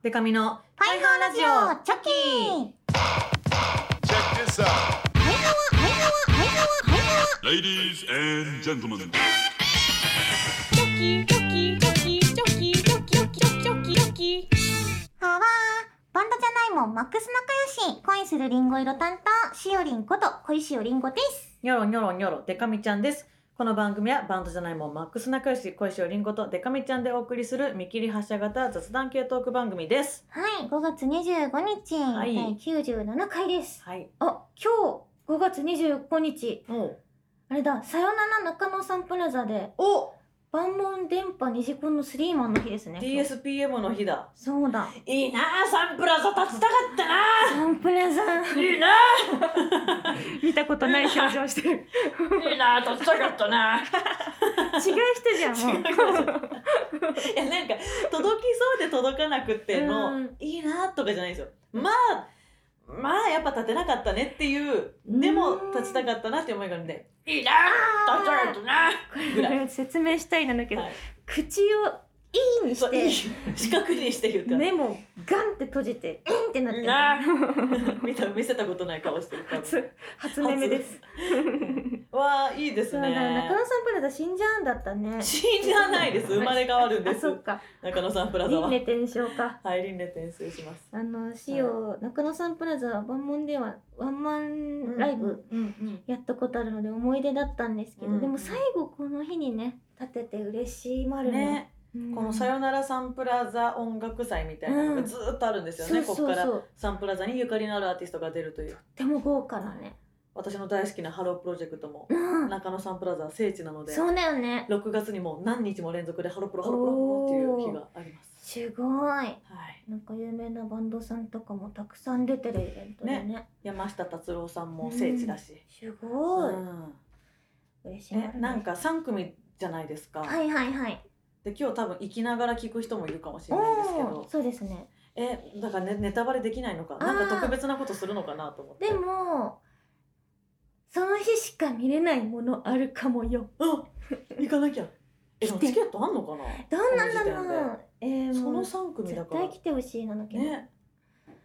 デカミのパイハーラジオチョキ Check this out. パイハワパイハワパイハワパイハ Ladies and gentlemen. チョキチョキチョキチョキチョキチョキチョキチョキワハワーバンドじゃないもんマックス仲良し恋するリンゴ色担当しおりんこと恋しおりんごですニョロニョロニョロデカミちゃんですこの番組はバンドじゃないもんマックス仲良し恋しおりんごとデカミちゃんでお送りする見切り発車型雑談系トーク番組ですはい5月25日、はい第97回ですはいあ今日5月25日おうあれださよなら中野サンプラザでお万門電波ニジコンのスリーマンの日ですね DSPM の日だそうだいいなあサンプラザ立ちたかったなサンプラザあいいな見たことない表情してる違うあいいなあ立ちたかったなあ人じゃんもう いやなんか届きそうで届かなくっての、うんいいなとかじゃないですよまあまあやっぱ立てなかったねっていうでもうん立ちたかったなっていう思いがあるんでいいな立ちたかったなぐらい、説明したいなんだけど、はい口を「いい」にしそういいて四角にして言った、目もガンって閉じて「イン」ってなってるな見た見せたことない顔し てる初初耳ですわあいいですそうだ中ね野サンプラザ死んじゃうんだったね死んじゃない です生まれ変わるんであすそっか中野サンプラザ輪は廻転生かはい輪廻転生しますあのしお、中野サンプラザは万門ではワンマンライブ、うんうんやったことあるので思い出だったんですけど、うんでも最後この日にね立てて嬉しいまうんるねねこの「さよならサンプラザ音楽祭」みたいなのがずーっとあるんですよね、そうそうこそこからうサンプラザにゆかりのあるアーティストが出るというでも豪華だね私の大好きなハロープロジェクトもうん中野サンプラザは聖地なのでそうだよね6月にもう何日も連続でハロプロハロプロハロプロっていう日があります。すごいはい、なんか有名なバンドさんとかもたくさん出てるイベントでね山下達郎さんも聖地だし、すごい、うん嬉しいねね、なんか3組じゃないですか、はいはいはいで今日多分生きながら聞く人もいるかもしれないですけおおどそうですねえだから、ね、ネタバレできないのかなんか特別なことするのかなと思って でもその日しか見れないものあるかもよあ行かなきゃえでも来てチケットあんのかなどうなんだろこの時点うえー、そものう3組だ絶から対来てほしいなのけど、ね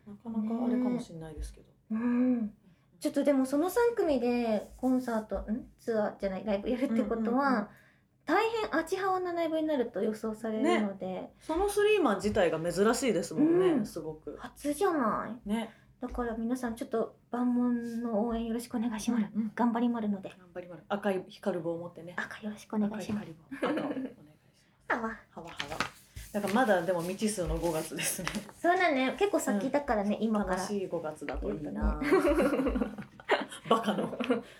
なかなかあれかもしれないですけど、うんちょっとでもその3組でコンサートんツアーじゃないライブやるってことは、うんうんうん大変アチハワなライブになると予想されるので、そのスリーマン自体が珍しいですもんね、うんすごく初じゃないねだから皆さんちょっと万門の応援よろしくお願いします、うん頑張りまるので頑張りまる赤い光る棒を持ってね赤よろしくお願いします赤い光る棒赤をお願いしあわますはわはわだからまだでも未知数の5月ですねそうだね結構先だからね、今から楽しい5月だといいな バカの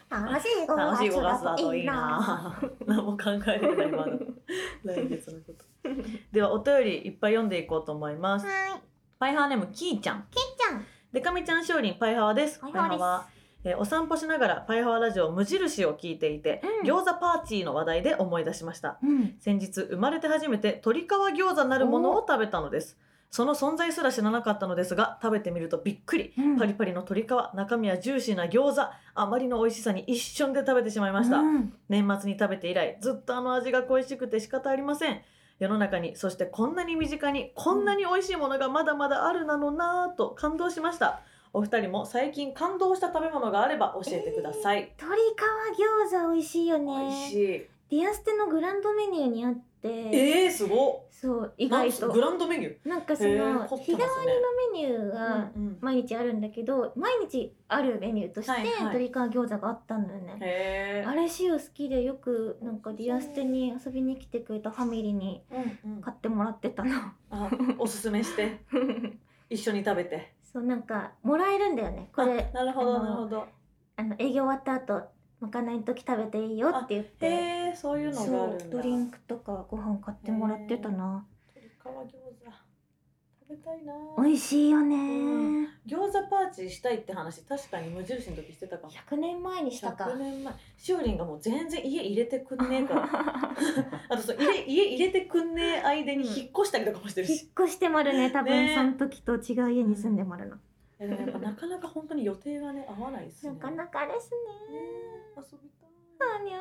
楽しい5楽し月い5月だだとといいいいなな何も考えてないまだ来月のことではお便りいっぱい読んでいこうと思いますはいパイハーネームキーちゃんけっちゃんでかみちゃんしおりんパイハワですパイハワですえーお散歩しながらパイハワラジオ無印を聞いていて、うん餃子パーチーの話題で思い出しましたうん先日生まれて初めて鶏皮餃子なるものを食べたのですその存在すら知らなかったのですが食べてみるとびっくりパリパリの鶏皮中身はジューシーな餃子あまりの美味しさに一瞬で食べてしまいました、うん年末に食べて以来ずっとあの味が恋しくて仕方ありません世の中にそしてこんなに身近にこんなに美味しいものがまだまだあるなのなぁと感動しましたお二人も最近感動した食べ物があれば教えてください、鶏皮餃子美味しいよ美味しねいディアステのグランドメニューにあってえー、すごそうい意外なんグとランドメニューなんかそへのー凝っ日替てわますねりのメニューがうんうん毎日あるんだけど毎日あるメニューとしてはいはい鶏皮餃子があったのよねへあれ塩好きでよくなんかディアステに遊びに来てくれたファミリーにえ、うんうん買ってもらって たのあおすすめして一緒に食べてそうなんかもらえるんだよねこれあなるほあどのなるほどあの営業終わった後まかないの時食べていいよって言って、へえそういうのがあそるんうだドリンクとかご飯買ってもらってたな鶏皮餃子食べたいなぁ美味しいよね、うん餃子パーチしたいって話確かに無印の時してたかも100年前にしたか100年前しおりんがもう全然家入れてくん ねえからあとそう入れ家入れてくんねえ間に引っ越したりとかもしてる引っ し、越してまるね多分ねその時と違う家に住んでまるの、でもやっぱなかなか本当に予定がね合わないですねなかなかですねねえ遊びたいあにゃ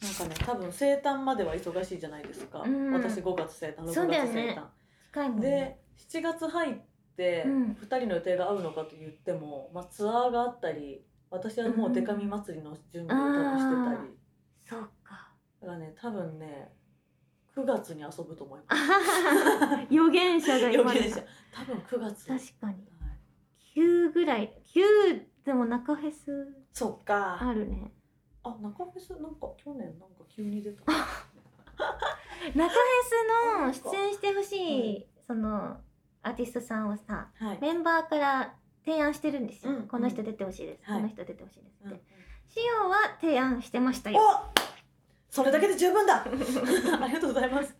ーなんかね多分生誕までは忙しいじゃないですか、うん私5月生誕6月そ生うだよ誕、ね近いもんねで7月入ってうん2人の予定が合うのかと言っても、まあ、ツアーがあったり私はもうデカミ祭りの準備を多分してそたり、うか だからね多分ね9月に遊ぶと思います予言者が予今言者多分9月確かにはい9ぐらい9でも中フェスそっかあるねあ中フェスなんか去年なんか急に出た中フェスの出演してほしいそのアーティストさんをさはい、メンバーから提案してるんですよ、うんこの人出てほしいです、はこいの人出てほしいですって、うんうんシオンは提案してましたよおそれだけで十分だありがとうござい ます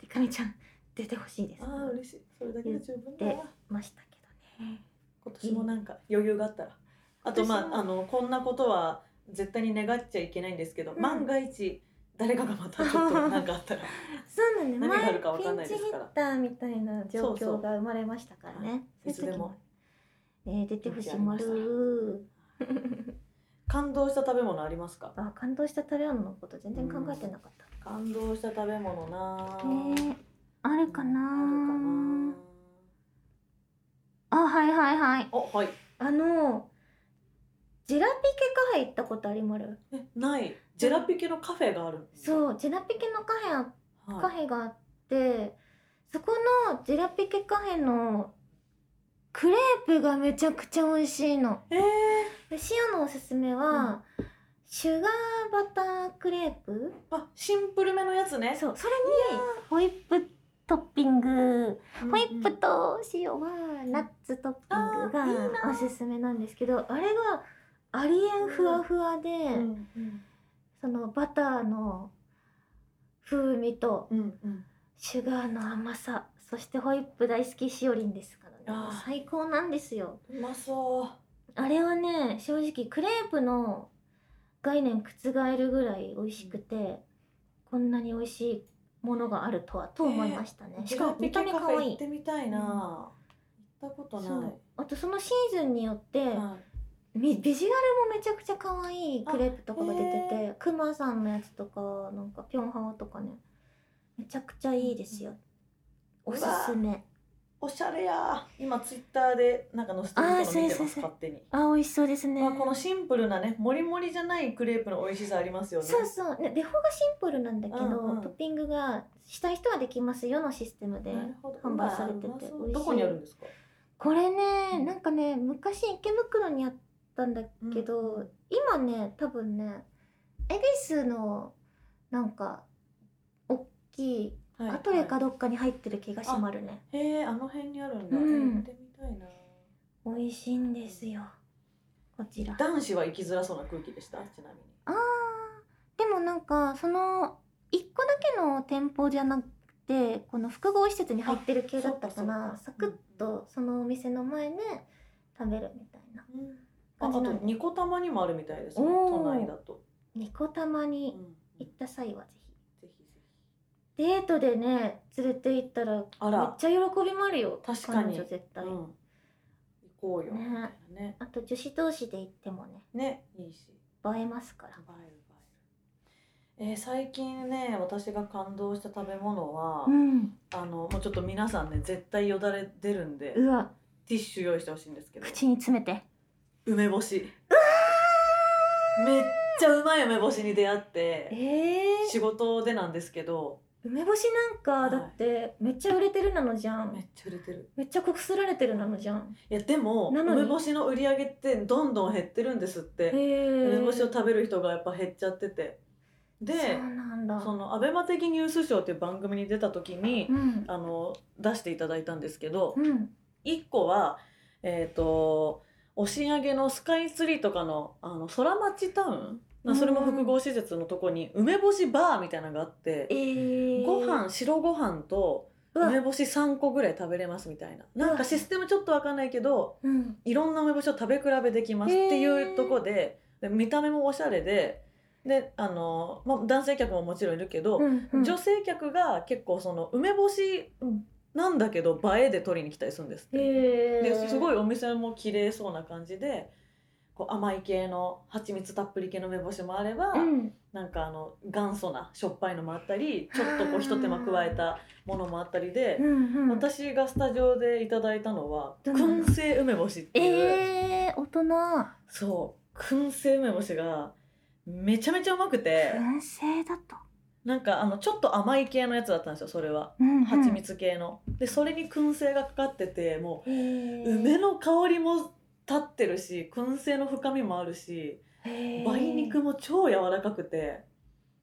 でかみちゃん出てほしいですああ嬉しいそれだけで十分だ言ってましたけどね今年もなんか余裕があったらあと今ま年もああのこんなことは絶対に願っちゃいけないんですけど、うん万が一誰かがまたちょっとなんか あったらそうなんだ何があ前るかわピかんンないチでヒすからッターみたいな状そうそ況うが生まれましたからねいつでもえー、出てほしいピンチあり丸感動した食べ物ありますかあ感動した食べ物のこと全然考えてなかった、感動した食べ物なあえー、あるかなあるかなあはいはいはいあはいあのジェラピケカフェ行ったことありまるえないジェラピケのカフェがあるう、そうジェラピケのカフェあカはい、フェがあってそこのジェラピケカフェのクレープがめちゃくちゃ美味しいのえー、でシオのおすすめは、シュガーバタークレープあシンプルめのやつねそうそれにホイップトッピングうんうんホイップと塩はナッツトッピあーいいングがおすすめなんですけどあれがありえんふわふわで、うんうんそのバターの風味とうんうんシュガーの甘さそしてホイップ大好きしおりんですからねあー最高なんですようまそうあれはね正直クレープの概念覆るぐらい美味しくて、こんなに美味しいものがあるとはと思いましたね、しかも見た目可愛行いってみたいな、行ったことそなうあとそのシーズンによって、い、はいみビジュアルもめちゃくちゃ可愛いクレープとかが出てあへてクマさんのやつとかなんかピョンハワとかねめちゃくちゃいいですよ、おすすめおしゃれや今ツイッターでなんか載せてるあーの見てそうそうますそう勝手に、あ美味しそうですねまあ、このシンプルなねもりもりじゃないクレープの美味しさありますよねそうそう、ね、デフォがシンプルなんだけど、うんうんトッピングがしたい人はできますよのシステムでなるほど販売されててうわうまそう美味しいどこにあるんですかこれねうんなんかね昔池袋にあったんだけど、うん今ね多分ね恵比寿のなんか大きいはいアトレかどっかに入ってる気がしまるね、へえあの辺にあるんだ、うん行ってみたいな美味しいんですよこちら男子は行きづらそうな空気でしたちなみにあーでもなんかその1個だけの店舗じゃなくてこの複合施設に入ってる系だったかあらそサうかそうクかッとそのお店の前で食べるみたいなああとニコ玉にもあるみたいですねおー都内だと、ニコ玉うにん、行った際はぜぜひぜひひデートでね連れて行ったらめっあらちゃ喜びもあるよ確かに彼女絶対、うん、行こうよみたいなねあと女子同士で行ってもねねいいし映えますから映える映える、えー最近ね私が感動した食べ物は、うんあのもうちょっと皆さんね絶対よだれ出るんでうわティッシュ用意してほしいんですけど口に詰めて梅干しめっちゃうまい梅干しに出会ってええ仕事でなんですけど梅干しなんかだってめっちゃ売れてるなのじゃん、めっちゃ売れてるめっちゃこすられてるなのじゃんいやでもなのに梅干しの売り上げってどんどん減ってるんですっへてえ梅干しを食べる人がやっぱ減っちゃっててでそうなんだそのアベマ的ニュースショーっていう番組に出た時にうんあの出していただいたんですけどうん1個はえっ、と押上のスカイツリーとかのあの空町タウンまあそれも複合施設のとこに梅干しバーみたいなのがあってえー、ご飯白ご飯とうわ梅干し3個ぐらい食べれますみたいななんかシステムちょっとわかんないけどうんいろんな梅干しを食べ比べできますっていうとこでで見た目もおしゃれでであの、まあ、男性客ももちろんいるけど、うんうん女性客が結構その梅干しなんだけど映えで取りに来たりするんですって、へえですごいお店も綺麗そうな感じでこう甘い系の蜂蜜たっぷり系の梅干しもあれば、うんなんかあの元祖なしょっぱいのもあったりちょっとこうひと手間加えたものもあったりでう、んうん、私がスタジオでいただいたのはどんなの燻製梅干しっていう、えー、大人そう燻製梅干しがめちゃめちゃうまくて燻製だと、なんかあのちょっと甘い系のやつだったんですよそれはうんうん蜂、蜜系の。でそれに燻製がかかっててもうえー梅の香りも立ってるし燻製の深みもあるし梅肉も超柔らかくて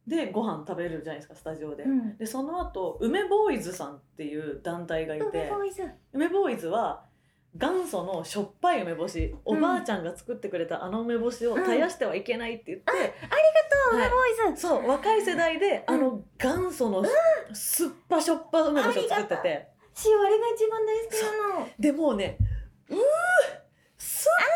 でご飯食べるじゃないですかスタジオで。うんでその後梅ボーイズさんっていう団体がい梅てボーイズ梅ボーイズは元祖のしょっぱい梅干しおばあちゃんが作ってくれたあの梅干しを絶やしてはいけないって言って、あ梅ボーイズ、そう若い世代であの元祖の酸っぱしょっぱ梅干しを作っててしおあれが一番大好きなのでもうねうー酸っ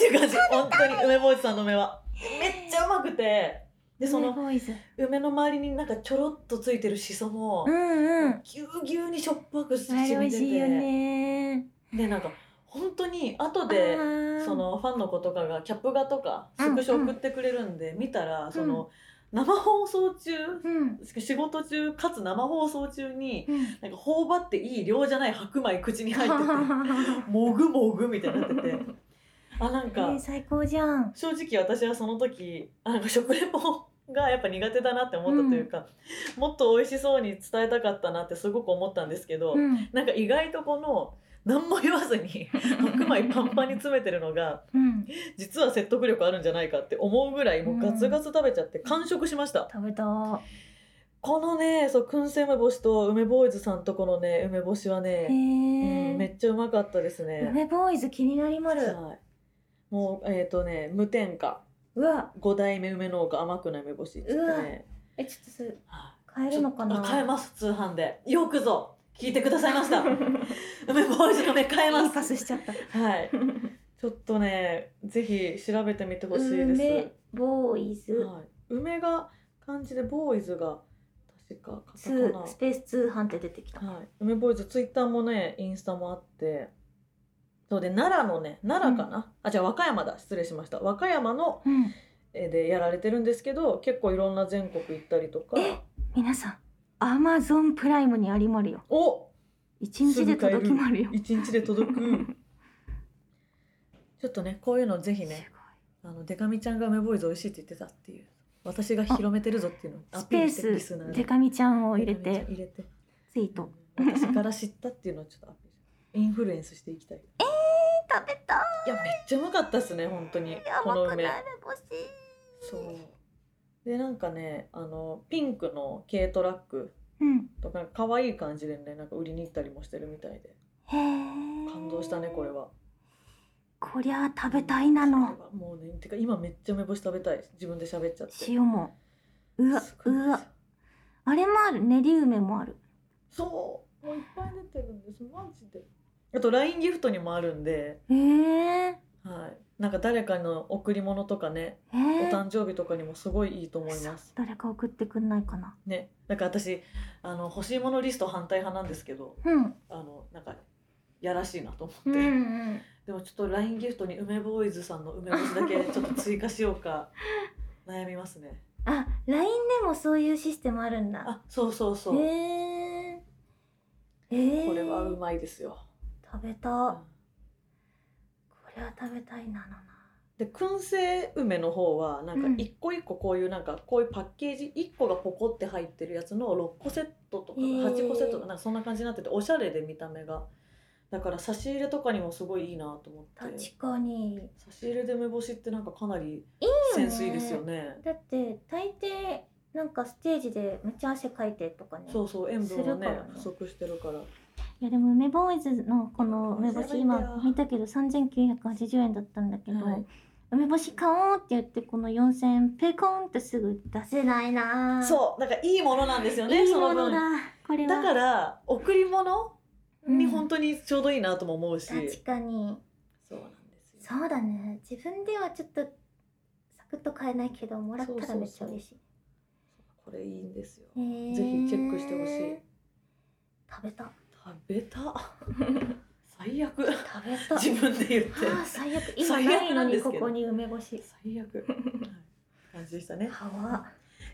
ぱいっていう感じ本当に梅ボーイズさんの梅はめっちゃうまくてでそ梅のボーイズ梅の周りになんかちょろっとついてるしそも、うんうんぎゅうぎゅうにしょっぱくしあれ美み味てしいよてねでなんか本当に後であーそのファンの子とかがキャップ画とかうんスクショ送ってくれるんで見たらその生放送中うん仕事中かつ生放送中にうんなんか頬張っていい量じゃない白米口に入ってて もぐもぐみたいになっててあなんえかー最高じゃん正直私はその時あなんか食レポがやっぱ苦手だなって思ったというか、もっと美味しそうに伝えたかったなってすごく思ったんですけど、うんなんか意外とこの何も言わず に白米パンパンに詰めてるのがうん実は説得力あるんじゃないかって思うぐらいもうガツガツ食べちゃって完食しました、食べたこのねそう燻製梅干しと梅ボーイズさんとこのね梅干しはへね、えうんめっちゃうまかったですね、梅ボーイズ気になりまるはい、もうえっ、とね無添加うわ五代目梅農家甘くない梅干しってうわねえちょっとそれは買いえるのかなちょっ と買えます通販でよくぞ聞いてくださいました梅ボーイズの梅買えいまいパすスしちゃったはいちょっとね、ぜひ調べてみてほしいで梅ボーイす。ズはい、梅が漢字でボーイズが確かカタツースカペース通販って出てきたナ。はい、梅ボーイズツイッターもね、インスタもあって、そうで奈良のね、奈良かな、あじゃあ和歌山だ失礼しました。和歌山のうんえーでやられてるんですけど、結構いろんな全国行ったりとか、え皆さんアマゾンプライムにありまるよお一日で届きまるよ一日で届く。 ちょっとね、こういうのぜひね、あのデカミちゃんが梅ボーイズ美味しいって言ってたっていう私が広めてるぞっていうのをすごいアスピーペルしてーリスナースにデカミちゃんを入れデカてミちゃん入れてツイートうん私から知ったっていうのをちょっとアピールインフルエンスしていきたいい食べたいやめっちゃうまかったですね本当にやこのばく梅なる欲しいそうでなんかねあのピンクの軽トラックうんとか可愛い感じでねなんか売りに行ったりもしてるみたいでへえ感動したねこれはこりゃ食べたいなのこれはもうねてか今めっちゃ梅干し食べたい自分で喋っちゃって塩もうわすごいんですうよわあれもある練り梅もあるそうもういっぱい出てるんですマジであと LINE ギフトにもあるんで、へえはい、なんか誰かの贈り物とかね、えおー誕生日とかにもすごいいいと思います誰か送ってくんないかなねなんか私あの欲しいものリスト反対派なんですけどうんあのなんかやらしいなと思って、うんでもちょっと LINE ギフトに梅ボーイズさんの梅干しだけちょっと追加しようか悩みますねあ LINE でもそういうシステムあるんだあそうそうそう、へえー、これはうまいですよ、食べたうんこれは食べたいなのなで燻製梅の方はなんかうん一個一個こういうなんかこういうパッケージ一個がポコって入ってるやつの6個セットとかへー8個セットとかなんかそんな感じになってておしゃれで見た目がだから差し入れとかにもすごいいいなと思って確かに差し入れで梅干しってなんかかなりいいセよねンスいいですよねだって大抵なんかステージでめっちゃ汗かいてとかねそうそう塩分はねするからね不足してるからいやでも梅ボーイズのこの梅干し今見たけど3980円だったんだけど、はい梅干し買おうって言ってこの4000円ペコンってすぐ出せないなうそうなんかいいものなんですよねいいそもののだ分これはだから贈り物に本当当にちょうどいいなとも思うし、確かにそうなんですよそうだね自分ではちょっとサクッと買えないけどもらったらめっちゃ嬉しいこれいいんですよねえぜひチェックしてほしい食べた食べた最 最悪食べた自分で言ってああ最悪今最悪ないのなんでにすけこどこに梅干し最 悪はい感じでしたね、はわ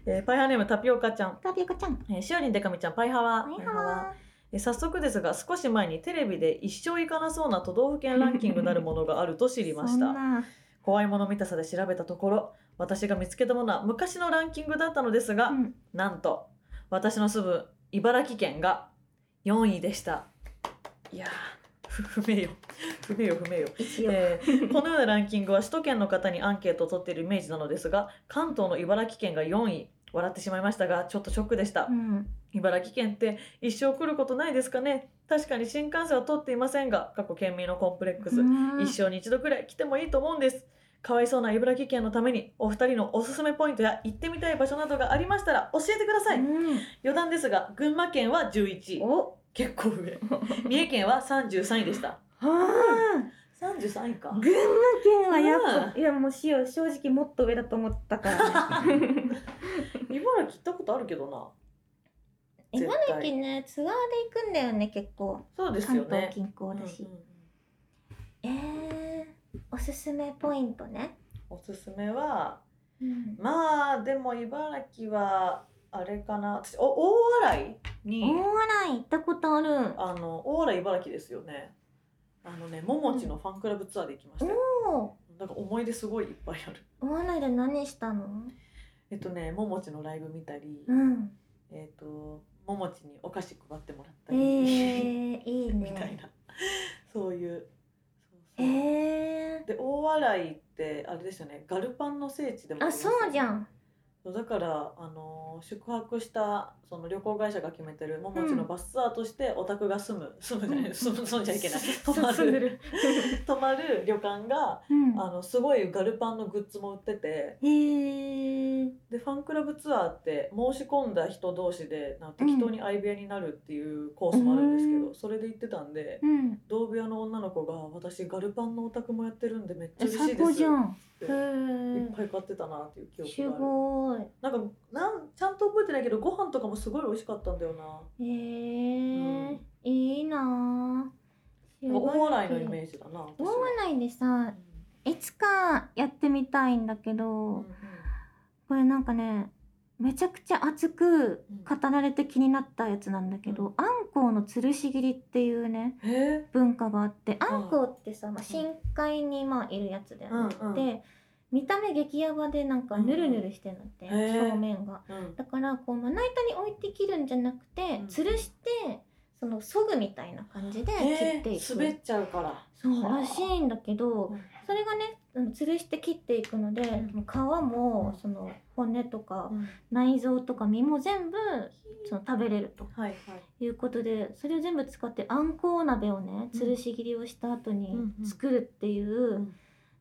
えーパイハーネームタピオカちゃん、タピオカちゃんえー、しおりんでかみちゃんパイハワはいパイハワはえー早速ですが少し前にテレビで一生行かなそうな都道府県ランキングなるものがあると知りましそんたな怖いもの見たさで調べたところ私が見つけたものは昔のランキングだったのですが、うんなんと私の住む茨城県が4位でしたいやーふ不明よ 不明よ不明よ一応えーこのようなランキングは首都圏の方にアンケートを取っているイメージなのですが関東の茨城県が4位笑ってしまいましたがちょっとショックでしたうん茨城県って一生来ることないですかね確かに新幹線は通っていませんが過去県民のコンプレックス、うん一生に一度くらい来てもいいと思うんですかわいそうな茨城県のためにお二人のおすすめポイントや行ってみたい場所などがありましたら教えてください、うん余談ですが群馬県は11位お結構上三重県は33位でしたは33位かあ群馬県はやっぱいやもうしよう正直もっと上だと思ったからね 茨城行ったことあるけどな絶茨対城ねツアーで行くんだよね結構そうですよ関ね東近郊だしうんうんうんえーおすすめポイントねおすすめはうんまあでも茨城はあれかな私お大洗に大洗行ったことあるあの大洗茨城ですよねあのねももちのファンクラブツアーで行きましたよ、おなんか思い出すごいいっぱいあるー大洗で何したのえっとねももちのライブ見たり、うんえっとももちにお菓子配ってもらっえた り、ー、いい みたいねなそういうそうえそうー、で大洗ってあれですよねガルパンの聖地でもあそうじゃんんだからあのー宿泊したその旅行会社が決めてるももちのバスツアーとしてお宅が住む、住むじゃない、うん住む住んじゃいけない泊ま進めるる泊まる旅館がうんあのすごいガルパンのグッズも売っててえー、でファンクラブツアーって申し込んだ人同士でなんか適当に相部屋になるっていうコースもあるんですけど、うそれで行ってたんでうん同部屋の女の子が「私ガルパンのお宅もやってるんでめっちゃえ嬉し最いです」高じゃってんへいっーぱい買ってたなっていう記す憶がある。ごいなんかなんちゃんと覚えてないけどご飯とかもすごい美味しかったんだよな。えーうんいいなぁなんか大洗のーイジメージだな。私大は洗でさいつかやってみたいんだけうんうどんこれなんかねめちゃくちゃ熱く語られて気になったやつなんだけうど、あんこうの吊るし切りっていうねうんえ文化があってあんこうってさ、まあ、ん深海にまあいるやつだよね、うんうんで見た目激ヤバでなんかぬるぬるしてるのって、うんうんへー表面がーうんだからこうまな板に置いて切るんじゃなくて、ん吊るしてその削ぐみたいな感じで切ってえいー、く、滑っちゃうから。そうらしいんだけどうんそれがねあの吊るして切っていくので、んもう皮もうんその骨とかうん内臓とか身も全部その食べれるとはいはい。いうことでそれを全部使ってあんこう鍋をねうん吊るし切りをした後にうんうん作るっていう、ん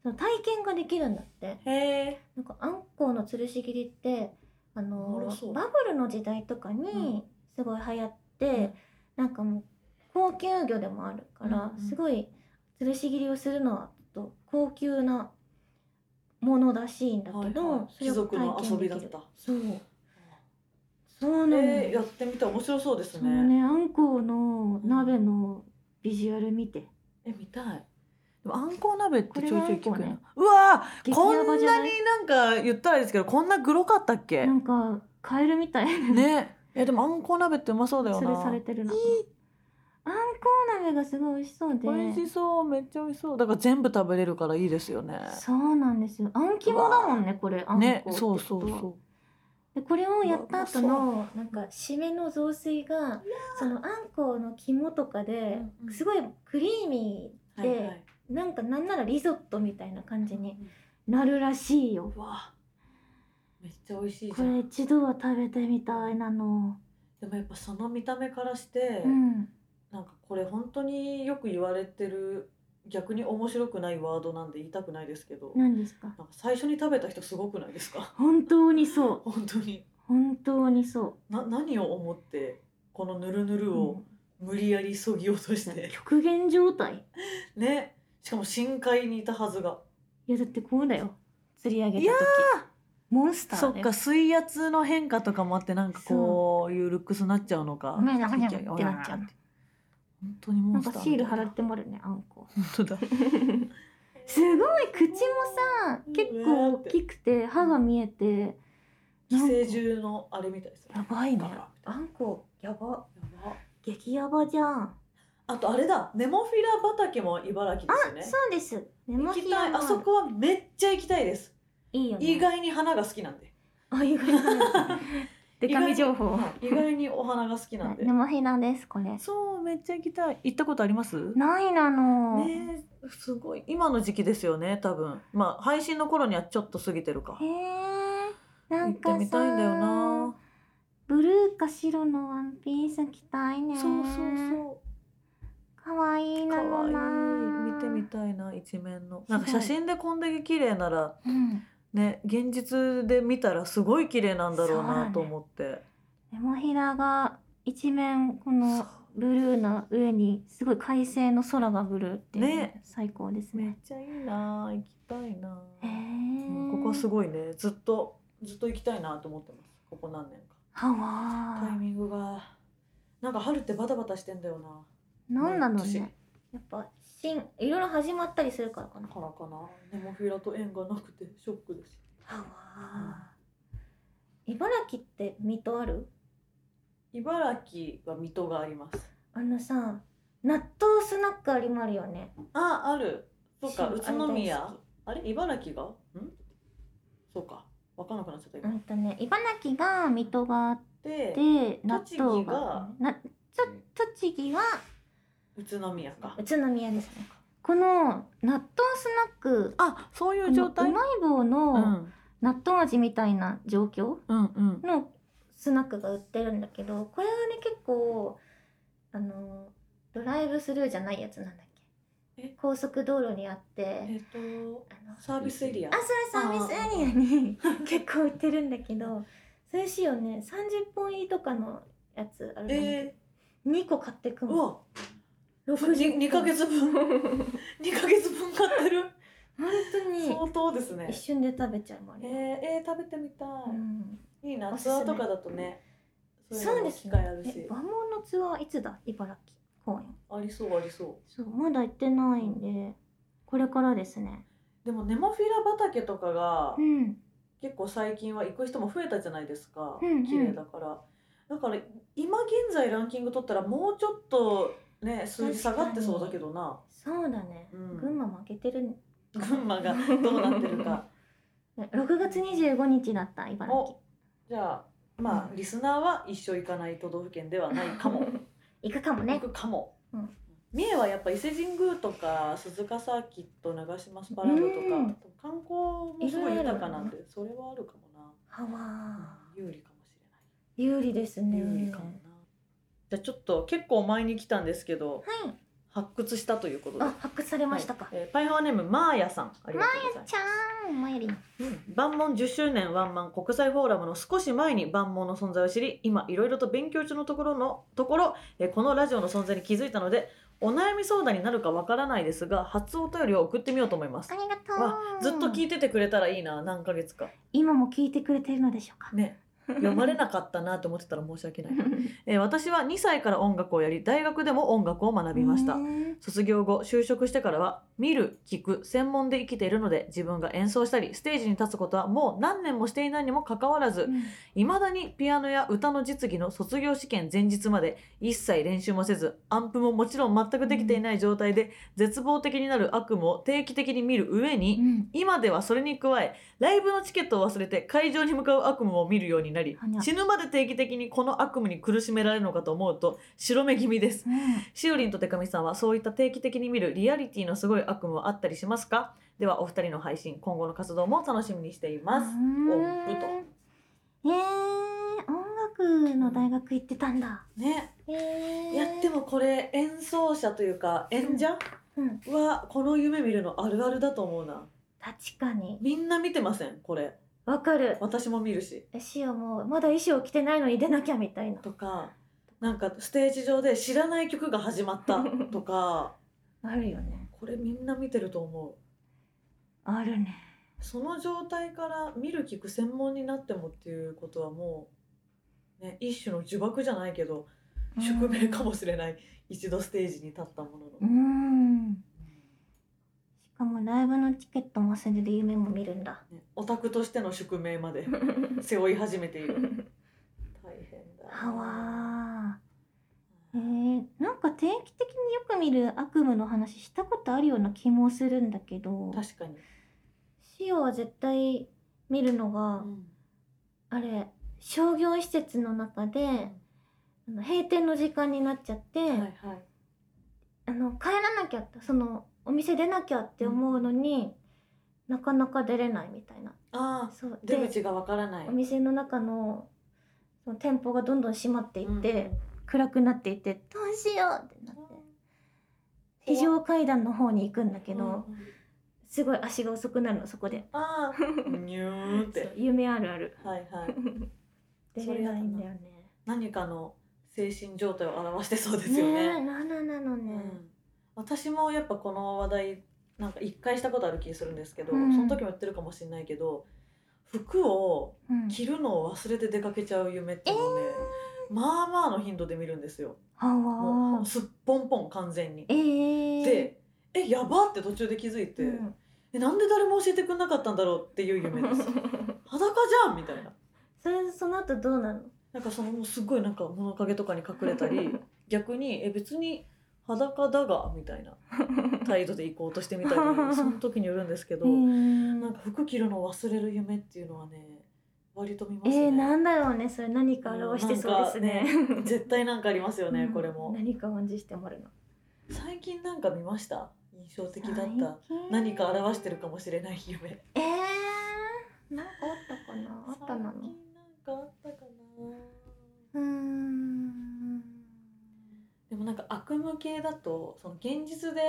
その体験ができるんだって。へえ。なんかあんこうの吊るし切りってあおもろのそうバブルの時代とかにすごい流行って、んなんかもう高級魚でもあるから、うんうんすごい吊るし切りをするのはちょっと高級なものらしいんだはけいど、はい。貴族の遊びだった。そうそうなの、えー、やってみた面白そうですそのね。ねあんこうの鍋のビジュアル見て、え見たい。でもあんこう鍋ってちょいちょい聞こくれがあんこうなね。うわー激こヤバんじゃなないになんか言ったらですけどこんなグロかったっけな？んかカエルみたいな ね。えでもあんこう鍋ってうまそうだよ吊な。るされてるのいい あんこう鍋がすごい美味しそうで美味しそうめっちゃ美味しそうだから全部食べれるからいいですよねそうなんですよ。あん肝だもんね、これ。あんこってねことそうそうそで、これをやった後うの、なんか、締めの雑炊が、そのあんこの肝とかでうんうん、すごいクリーミーうで、なんか、なんならリゾットみたいな感じになるらしいよ。うわめっちゃ美味しいじこゃんれ一度は食べてみたいなの。でもやっぱその見た目からして、うん。なんかこれ本当によく言われてる逆に面白くないワードなんで言いたくないですけど、何ですかなんか最初に食べた人すごくないですか 本当にそう。本当に本当にそな何を思ってこのぬるぬう。るうをん無理やりそぎ落として、極限状態。 ねしかも深海にいたはずがいや、だってこうだよ。釣り上げいやた時。モンスターそねっか水圧の変化とかもあってなんかこういうルックスになっちゃうのかうんうんうんってなっちゃうあ本当にモなんンスタかーみたシいール貼ってもあるねあんこ本 当だすごい口もさうん結構大きくて歯が見えて寄なんか生獣のあれみたいですねやばいねやあんこやばば激ヤバじゃんあとあれだネモフィラ畑も茨城ですよねそうですネモ行フきィたラいもあそこはめっちゃ行きたいですいいよね意外に花が好きなんであ 意外だねデカミ情報意外にお花が好きなんでネモフィラですこれそうめっちゃ行きたい行ったことありますないなの、ねえすごい今の時期ですよね多分まあ配信の頃にはちょっと過ぎてるかへえな行んっかさてみたいんだよなブルーか白のワンピース着たいねそうそうそかわいいうな可の愛いない見てみたいな一面のなんか写真でこんだけ綺麗ならうんね現実で見たらすごい綺麗なんだろうそうだなねと思ってネモフィラが一面こそうのブルーの上にすごい快晴の空がブルーっていうねね最高ですめっね。ちゃいいな行きたいな、へえ、うんここはすい。ごいねずっとずっと行きたいなと思ってますここ何年かはタイわミングがなんか春ってバタバタしてんだよなー。なんなの毎年ね。やっぱ新いろいろ始まったりするからかな。からかなネモフィラと縁がなくてショックですはわー。茨城って水戸ある？茨城は水戸がありますあのさ納豆スナックありもあるよね。ああるそうかそう宇都あれ大宮好あれ茨城がんそうか分かんなくなっちゃったう今んとね茨城が水戸があっでて納豆栃木ががなと栃木は宇都宮か宇都宮ですね。この納豆スナックあそういこのうまい棒うのん納豆味みたいな状況うんうんのスナックが売ってるんだけどこれはね結構あのドライブスルーじゃないやつなんだっけえ高速道路にあってえっとあのサービスエリアあそうサービスエリアに結構売ってるんだけどそれしようね30本入りとかのやつあるの、え2個買ってくー、もんうわに二ヶ本月 分二ヶ月分買ってる当相当ですねに一瞬で食べちゃうもんえー、ね、えー、食べてみたい、うんいいなおすすめツアーとかだとねいそうのでもす機ね会あるし、え、和モのツアーいつだ茨城公園。ありそうありそうそう、まだ行ってないんで、これからですね。でもネモフィラ畑とかがうん。結構最近は行く人も増えたじゃないですか、うんうん綺麗だからだから今現在ランキング取ったらもうちょっとね数字下がってそうだけど なそうだね。うん群馬負けてる。群馬がどうなってるか6月25日だった、茨城お。じゃあまあリスナーは一生行かない都道府県ではないかも 行くかも行ね。くかも、うん三重はやっぱ伊勢神宮とか鈴鹿サーキット長島スパラドとかうん観光もすごい豊かなんでそれはあるかもなはわー。有利かもしれない有利ですね。有利かもな。じゃあちょっと結構前に来たんですけどはい。発掘したということで。あ、発掘されましたかはい。えーパイハワネームマーヤさんありがとうございますち。ゃーん、まゆりん。万門10周年ワンマン国際フォーラムの少し前に万門の存在を知り今いろいろと勉強中のところのところ、えーこのラジオの存在に気づいたのでお悩み相談になるかわからないですが初お便りを送ってみようと思いますあ。りがとわう。ずっと聞いててくれたらいいな何ヶ月か。今も聞いてくれてるのでしょう か。ね読まれなかったなと思ってたら申し訳 ないな、えー私は2歳から音楽をやり大学でも音楽を学びましたうーん卒業後就職してからは見る聞く専門で生きているので自分が演奏したりステージに立つことはもう何年もしていないにもかかわらずうんいまだにピアノや歌の実技の卒業試験前日まで一切練習もせずアンプももちろん全くできていない状態で絶望的になる悪夢を定期的に見る上にうん今ではそれに加えライブのチケットを忘れて会場に向かう悪夢を見るようになりはにゃ死ぬまで定期的にこの悪夢に苦しめられるのかと思うと白目気味ですうんしおりんとてかみさんはそういった定期的に見るリアリティのすごい悪夢はあったりしますかではお二人の配信今後の活動も楽しみにしていますうーん音符とえー、音楽の大学行ってたんだ。ねえー、やってもこれ演奏者というか演者うん、はこの夢見るのあるあるだと思うな確かに。みんな見てませんこれわかる。私も見るしシオもまだ衣装着てないのに出なきゃみたいな。とかなんかステージ上で知らない曲が始まったとかあるよね。これみんな見てると思あるね。うその状態から見る聞く専門になってもっていうことはもう、ね、一種の呪縛じゃないけど宿命かもしれない一度ステージに立ったものの、うーんしかもライブのチケットも忘れる夢も見るんだねオタクとしての宿 命まで背負い始めている大変だはわーえー、なんか定期的によく見る悪夢の話したことあるような気もするんだけど確かに、シオは絶対見るのが、あれ商業施設の中で、あの閉店の時間になっちゃって、はいはいあの帰らなきゃってそのお店出なきゃって思うのに、なかなか出れないみたいな。ああそう出で口がわからないお店の中のその店舗がどんどん閉まっていって、暗くなっていってどうしようってなって非常階段の方に行くんだけけど、すごい足が遅くなるのそこで。ああニューっそうて夢あるある。はいはい出れないんだよね。何かの精神状態を表してそうですよねねえ、なんなんなのね。うん私もやっぱこの話題なんか一回したことある気するんですけど、うんその時も言ってるかもしれないけど服をうん着るのを忘れて出かけちゃう夢っていうのをね、まあまあの頻度で見るんですよはわもあう。すっぽんぽん完全に。えー、でえやばって途中で気づいて、うんえなんで誰も教えてくれなかったんだろうっていう夢です 裸じゃんみたいなそれその後どうなのなんかそのもうすごいなんか物陰とかに隠れ たり逆にえ別に裸だがみ たいな態度で行こうとしてみたりその時によるんですけど、えーなんか服着るのを忘れる夢っていうのはね割と見ますね、えー、なんだろうねそれ何か表してそうですね。うん絶対なんかありますよねこれうんも何か暗示してもらうの。最近なんか見ました印象的だった最近何か表してるかもしれない夢えー、なんかあったかなあったなの最近なんかあったかなうーんでもなんか悪夢系だとその現実で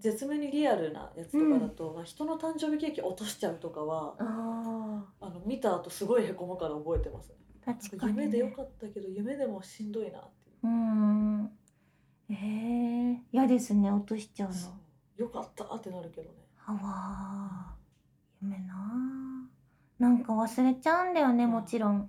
絶妙にリアルなやつとかだと、まあ人の誕生日ケーキ落としちゃうとかはああの見た後すごいへこむから覚えてます、ね、ー確かに、ね、夢でよかったけど夢でもしんどいなっていううーんえー、嫌ですね落としちゃうのそうよかったってなるけどねあわー夢なあなんか忘れちゃうんだよねもちろ ん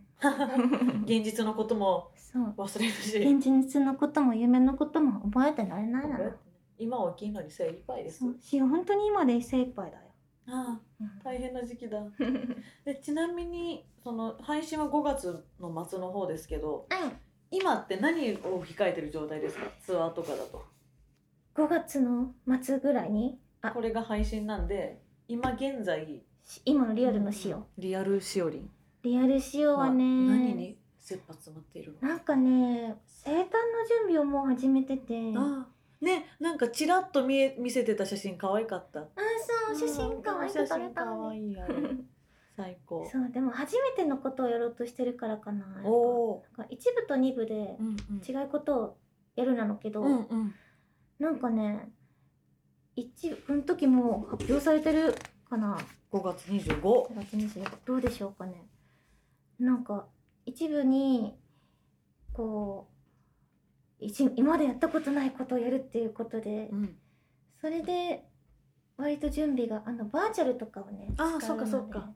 現実のこともそう忘れるし現実のことも夢のことも覚えてられないなの今を生きるのに精一杯ですそうし本当に今で精一杯だよ、あうあ大変な時期だん、でちなみにその配信は5月の末の方ですけどうん今って何を控えてる状態ですかツアーとかだと5月の末ぐらいにあこれが配信なんで今現在し今のリアルのしおリアルしおりんリアルしおはね何に切羽詰まっているのなんかね生誕の準備をもう始めててあああねなんかちらっと見え見せてた写真可愛かったそう写真かわいく写撮れ真た可ね愛い あれ最高そうでも初めてのことをやろうとしてるからかなおおなんか一部と二部でー、う違んうことをやるなのけど、うんうんなんかね一部の時もう発表されてるかな5月25 5月25どうでしょうかねなんか一部にこう一今までやったことないことをやるっていうことで、うんそれで割と準備があのバーチャルとかをねあー使のでそっかそっか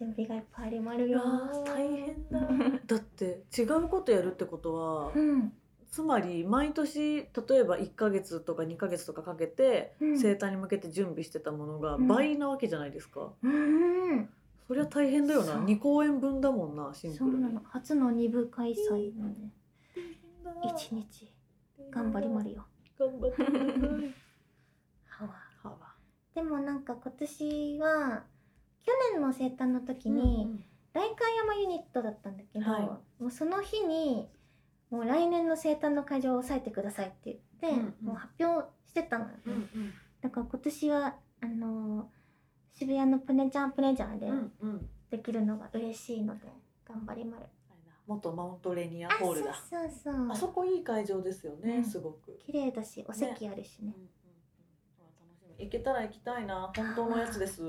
準備がいっぱいありまるいやよー大変だだって違うことやるってことはうん、つまり毎年例えば1ヶ月とか2ヶ月とかかけてうん、生誕に向けて準備してたものがうん倍なわけじゃないですか、うんそりゃ大変だよなそう2公演分だもんなシンプそうルなにの初の2部開催なので一日頑張りまるよ頑張ってくださ いはわはわでもなんか今年は去年の生誕の時に、代官山ユニットだったんだけど、はいもうその日にもう来年の生誕の会場を押さえてくださいって言って、うんうんもう発表してたのよね、うんうんだから今年はあのー渋谷のプネちゃんプネちゃんでうんうんできるのが嬉しいので頑張りまる、あれだ元マウントレニアあそホうールだそうそうあそこいい会場ですよね、うんすごく、綺麗だしお席あるしねうんうんうんあ楽しみ行けたら行きたいな本当のやつです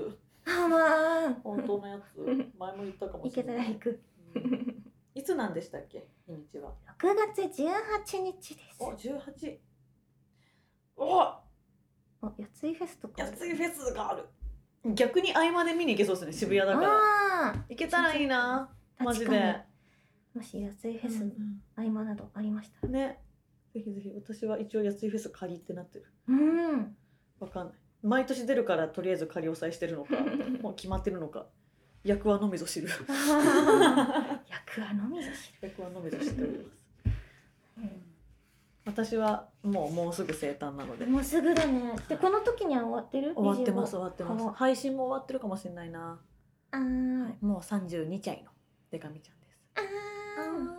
あまあ本当のやつ 前も言った かも行しれけなたいら行くうんいつなんでしたっけ日にちは。 6月18日ですお、十 八。お、おやついフェスとかあやるついフェスがある。逆に合間で見に行けそうですね、渋谷だから。あ行けたらいいな、ーマジ確かで。にもしやついフェうスん合間などありましたらね、ぜひぜひ私は一応安いフェス借りってなってる うんわかんない毎年出るからとりあえず仮押さえしてるの かもう決まってるのか役はのみぞ知る役はのみぞ知役はのみぞ知っておりまする、私はもうもうすぐ生誕なのでもうすぐだねでこの時には終わってる終わってます25終わってまあす配信も終わってるかもしれないな、あー、はい、もう32歳のデカミちゃんですあ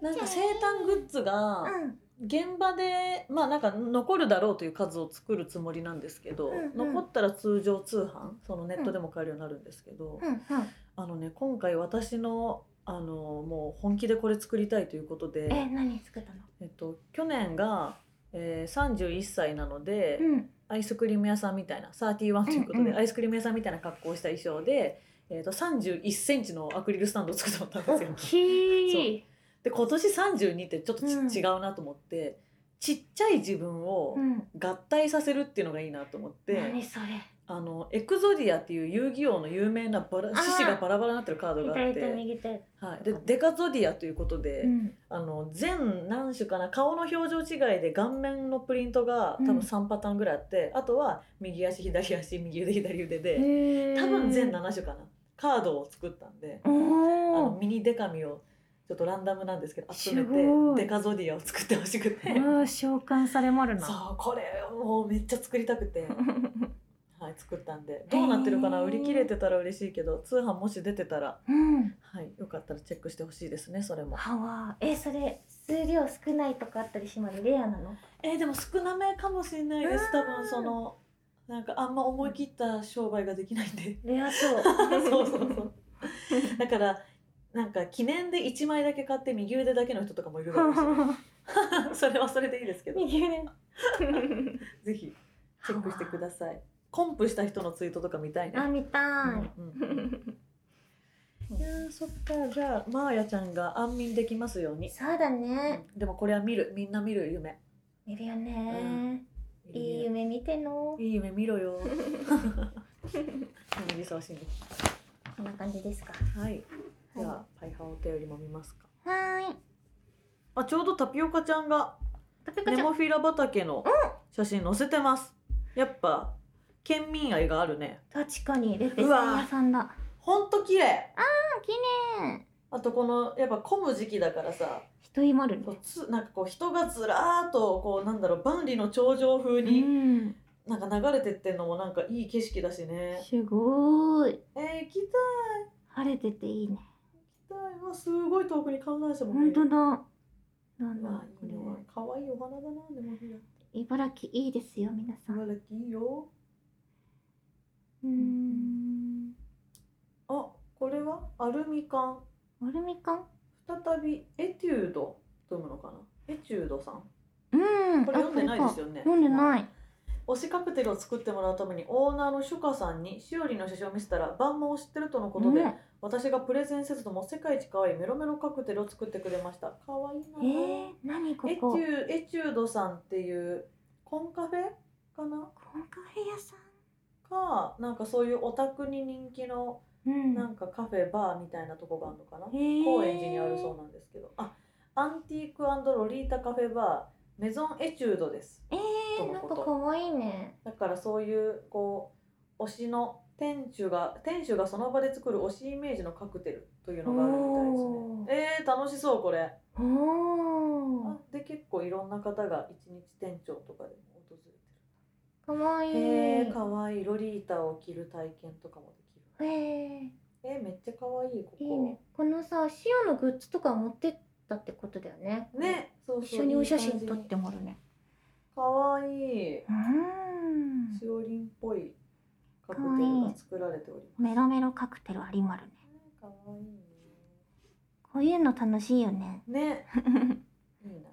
ーなんか生誕グッズがうん現場でまあなんか残るだろうという数を作るつもりなんですけど、うんうん残ったら通常通販そのネットでも買えるようになるんですけど、うんうんあのね今回私のあのもう本気でこれ作りたいということで、え何作ったのえっと、去年が、えー、31歳なので、うんアイスクリーム屋さんみたいな31ということで、うんうんアイスクリーム屋さんみたいな格好をした衣装で、えー、と31センチのアクリルスタンドを作ったんですよ 大。きいで今年32ってちょっとち、うん違うなと思ってちっちゃい自分をうん合体させるっていうのがいいなと思って、何それあのエクゾディアっていう遊戯王の有名なバラー獅子がバラバラになってるカードがあっ左て手右手はい、でデカゾディアということで、うんあの全何種かな顔の表情違いで顔面のプリントがう多ん分3パターンぐらいあって、あとは右足左足右腕左腕でへー多分全7種かなカードを作ったんで、あおのおミニデカミをちょっとランダムなんですけど集めすてごいデカゾディアを作ってほしくて、召喚されまるなそうこれもうめっちゃ作りたくて。はい、作ったんでどうなってるかへなー売り切れてたら嬉しいけど通販もし出てたら、うんはい、よかったらチェックしてほしいですねそれもはわえそれ数量少ないとかあったりしますレアなのえーでも少なめかもしれないですうん多分そのなんかあんま思い切った商売ができないんでレアそう そうそうそうだからなんか記念で1枚だけ買って右腕だけの人とかもいるだろうし それはそれでいいですけど右腕ぜひチェックしてくださいコンプした人のツイートとか見たいねあ見たい、うんうん いやーそっかじゃあマーヤちゃんが安眠できますように、そうだねでもこれは見るみんな見る夢見るよね、うんいい夢見てのいい夢見 ろよ 理想信こんな感じですかはい。はいじゃあ、パイハお便りも見ますか。はーいあ、ちょうどタピオカちゃんがタピコネちゃんモフィラ畑の写真載せてます。やっぱ県民愛があるね。確かにレペうわさん屋さんだあほんと綺麗。綺麗あとこのやっぱ混む時期だからさ、人いまるねこうつなんかこう人がずらーっとこうなんだろう万里の長城風うにんなんか流れてってんのもなんかいい景色だしね。すごーいえー、行き晴れてていいねたい行きたい。わすごい遠くに観覧車も見え本る。当だなんだわこいいれねは。可愛いお花だなネモフィラ。茨城いいですよ皆さんう茨城いいよ。ーんあ、これはアルミ缶。アルミ缶再びエチュードと読むのかなエチュードさんうんこれ読んでないですよよね読んでいない推しカクテルを作ってもらうためにオーナーのシュカさんにしおりの写真を見せたら万能を知ってるとのことで、うん私がプレゼンせずとも世界一可愛いメロメロカクテルを作ってくれました可愛えいなー、何こあ、エチこューエチュードさんっていうコンカフェかなコンカフェ屋さかなんかそういうオタクに人気のんうんなんかカフェバーみたいなとこがあるのかな、ー高円寺にあるそうなんですけどあアンティークロリータカフェバーメゾンエチュードですえとー、のなんこかと可愛いねだからそういうこう推しの店主が店主がその場で作る推しイメージのカクテルというのがあるみたいですねえー、楽しそうこれおあおで結構いろんな方が一日店長とかでも訪れてかわいいるへえー、かわいいロリータを着る体験とかもできるへええー、めっちゃかわいいここいいねこのさ塩のグッズとか持ってったってことだよねねそうそう一緒にお写真撮いいっ感じてもらうねにかわいいうーんしおりんっぽいカクテルが作られております。メロメロカクテルありまるねかわいいこういうの楽しいよねね。 ね。いいな、いいな。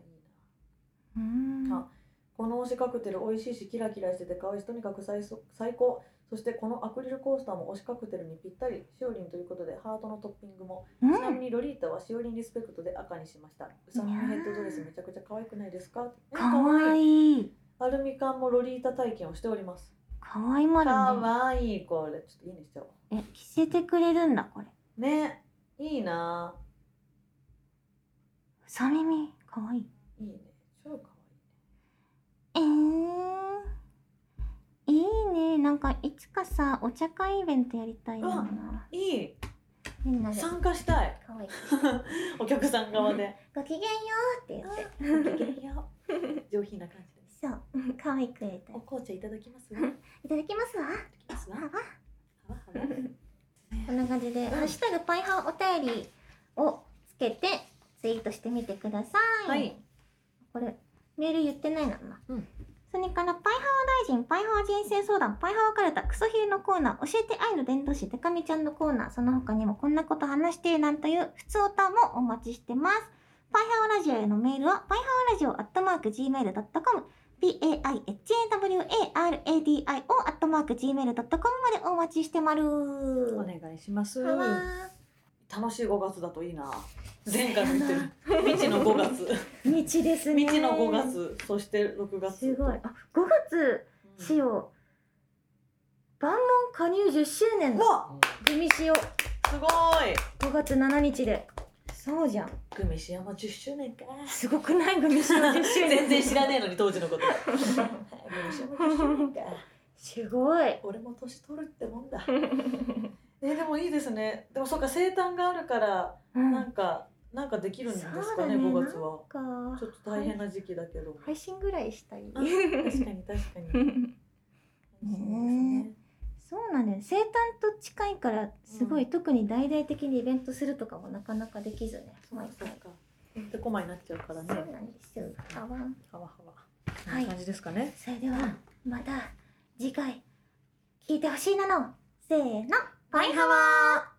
うーんあこの推しカクテル美味しいし、キラキラしてて可愛いし、とにかく最速最高。そしてこのアクリルコースターも推しカクテルにぴったり、しおりんということでハートのトッピングも。うちなみんにロリータはしおりんリスペクトで赤にしました。うさみヘッドドレスめちゃくちゃ可愛くないですか？ねかわいい。いいアルミ缶もロリータ体験をしております。かわいまかるねわいいこれちょっといいねしちゃおう。え着せてくれるんだこれね、いいな。うさ耳かわいいういいね。超可愛いえー、いいねなんかいつかさお茶会イベントやりたいなうわいいみんなでか参加したい わいいお客さん側でごきげんようって言ってあーごきげんよ う上品な感じですそう うん可愛くやりたいお紅茶いただきますわいただいただきますわきますわあわはわはわこんな感じで「んハッシュタグパイハーお便り」をつけてツイートしてみてください、はいこれメール言ってないなうんそれから、パイハワ大臣、パイハワ人生相談、パイハワカルタ、クソヒルのコーナー、教えて愛の伝道師、デカミちゃんのコーナー、その他にもこんなこと話してなんという、普通オタもお待ちしてます。パイハワラジオへのメールは、パイハワラジオアットマーク Gmail.com、paihawa radio アットマーク Gmail.com までお待ちしてまるおー。願いしますはわ楽しい5月だといいな前回も言ってる未知の5月ー道ですね。未知の5。月そして6月すごい。あ、5月、うしよう。万門加入10周年んのわ組みをすごい5月7日でそうじゃんグミシヤも10周年かすごくない組みしお10周年 全然知らねえのに当時の ことグミシヤも10周年か すごい俺も年取るってもんだ えでもいいですねでもそうか生誕があるからうんなんか、なんかできるんですそうかだねね5月はなんちかょっと大変な時期だけど、配信ぐらいしたりあ確かに確か にそうですねそうなんだよ生誕と近いからすごい、特に大々的にイベントするとかもなかなかできずねそう毎かそう回かてこまになっちゃうからねそうなんですよあわんはわはわこはんいな感じですかね、それではまた次回聞いてほしいなのせーのバイハワー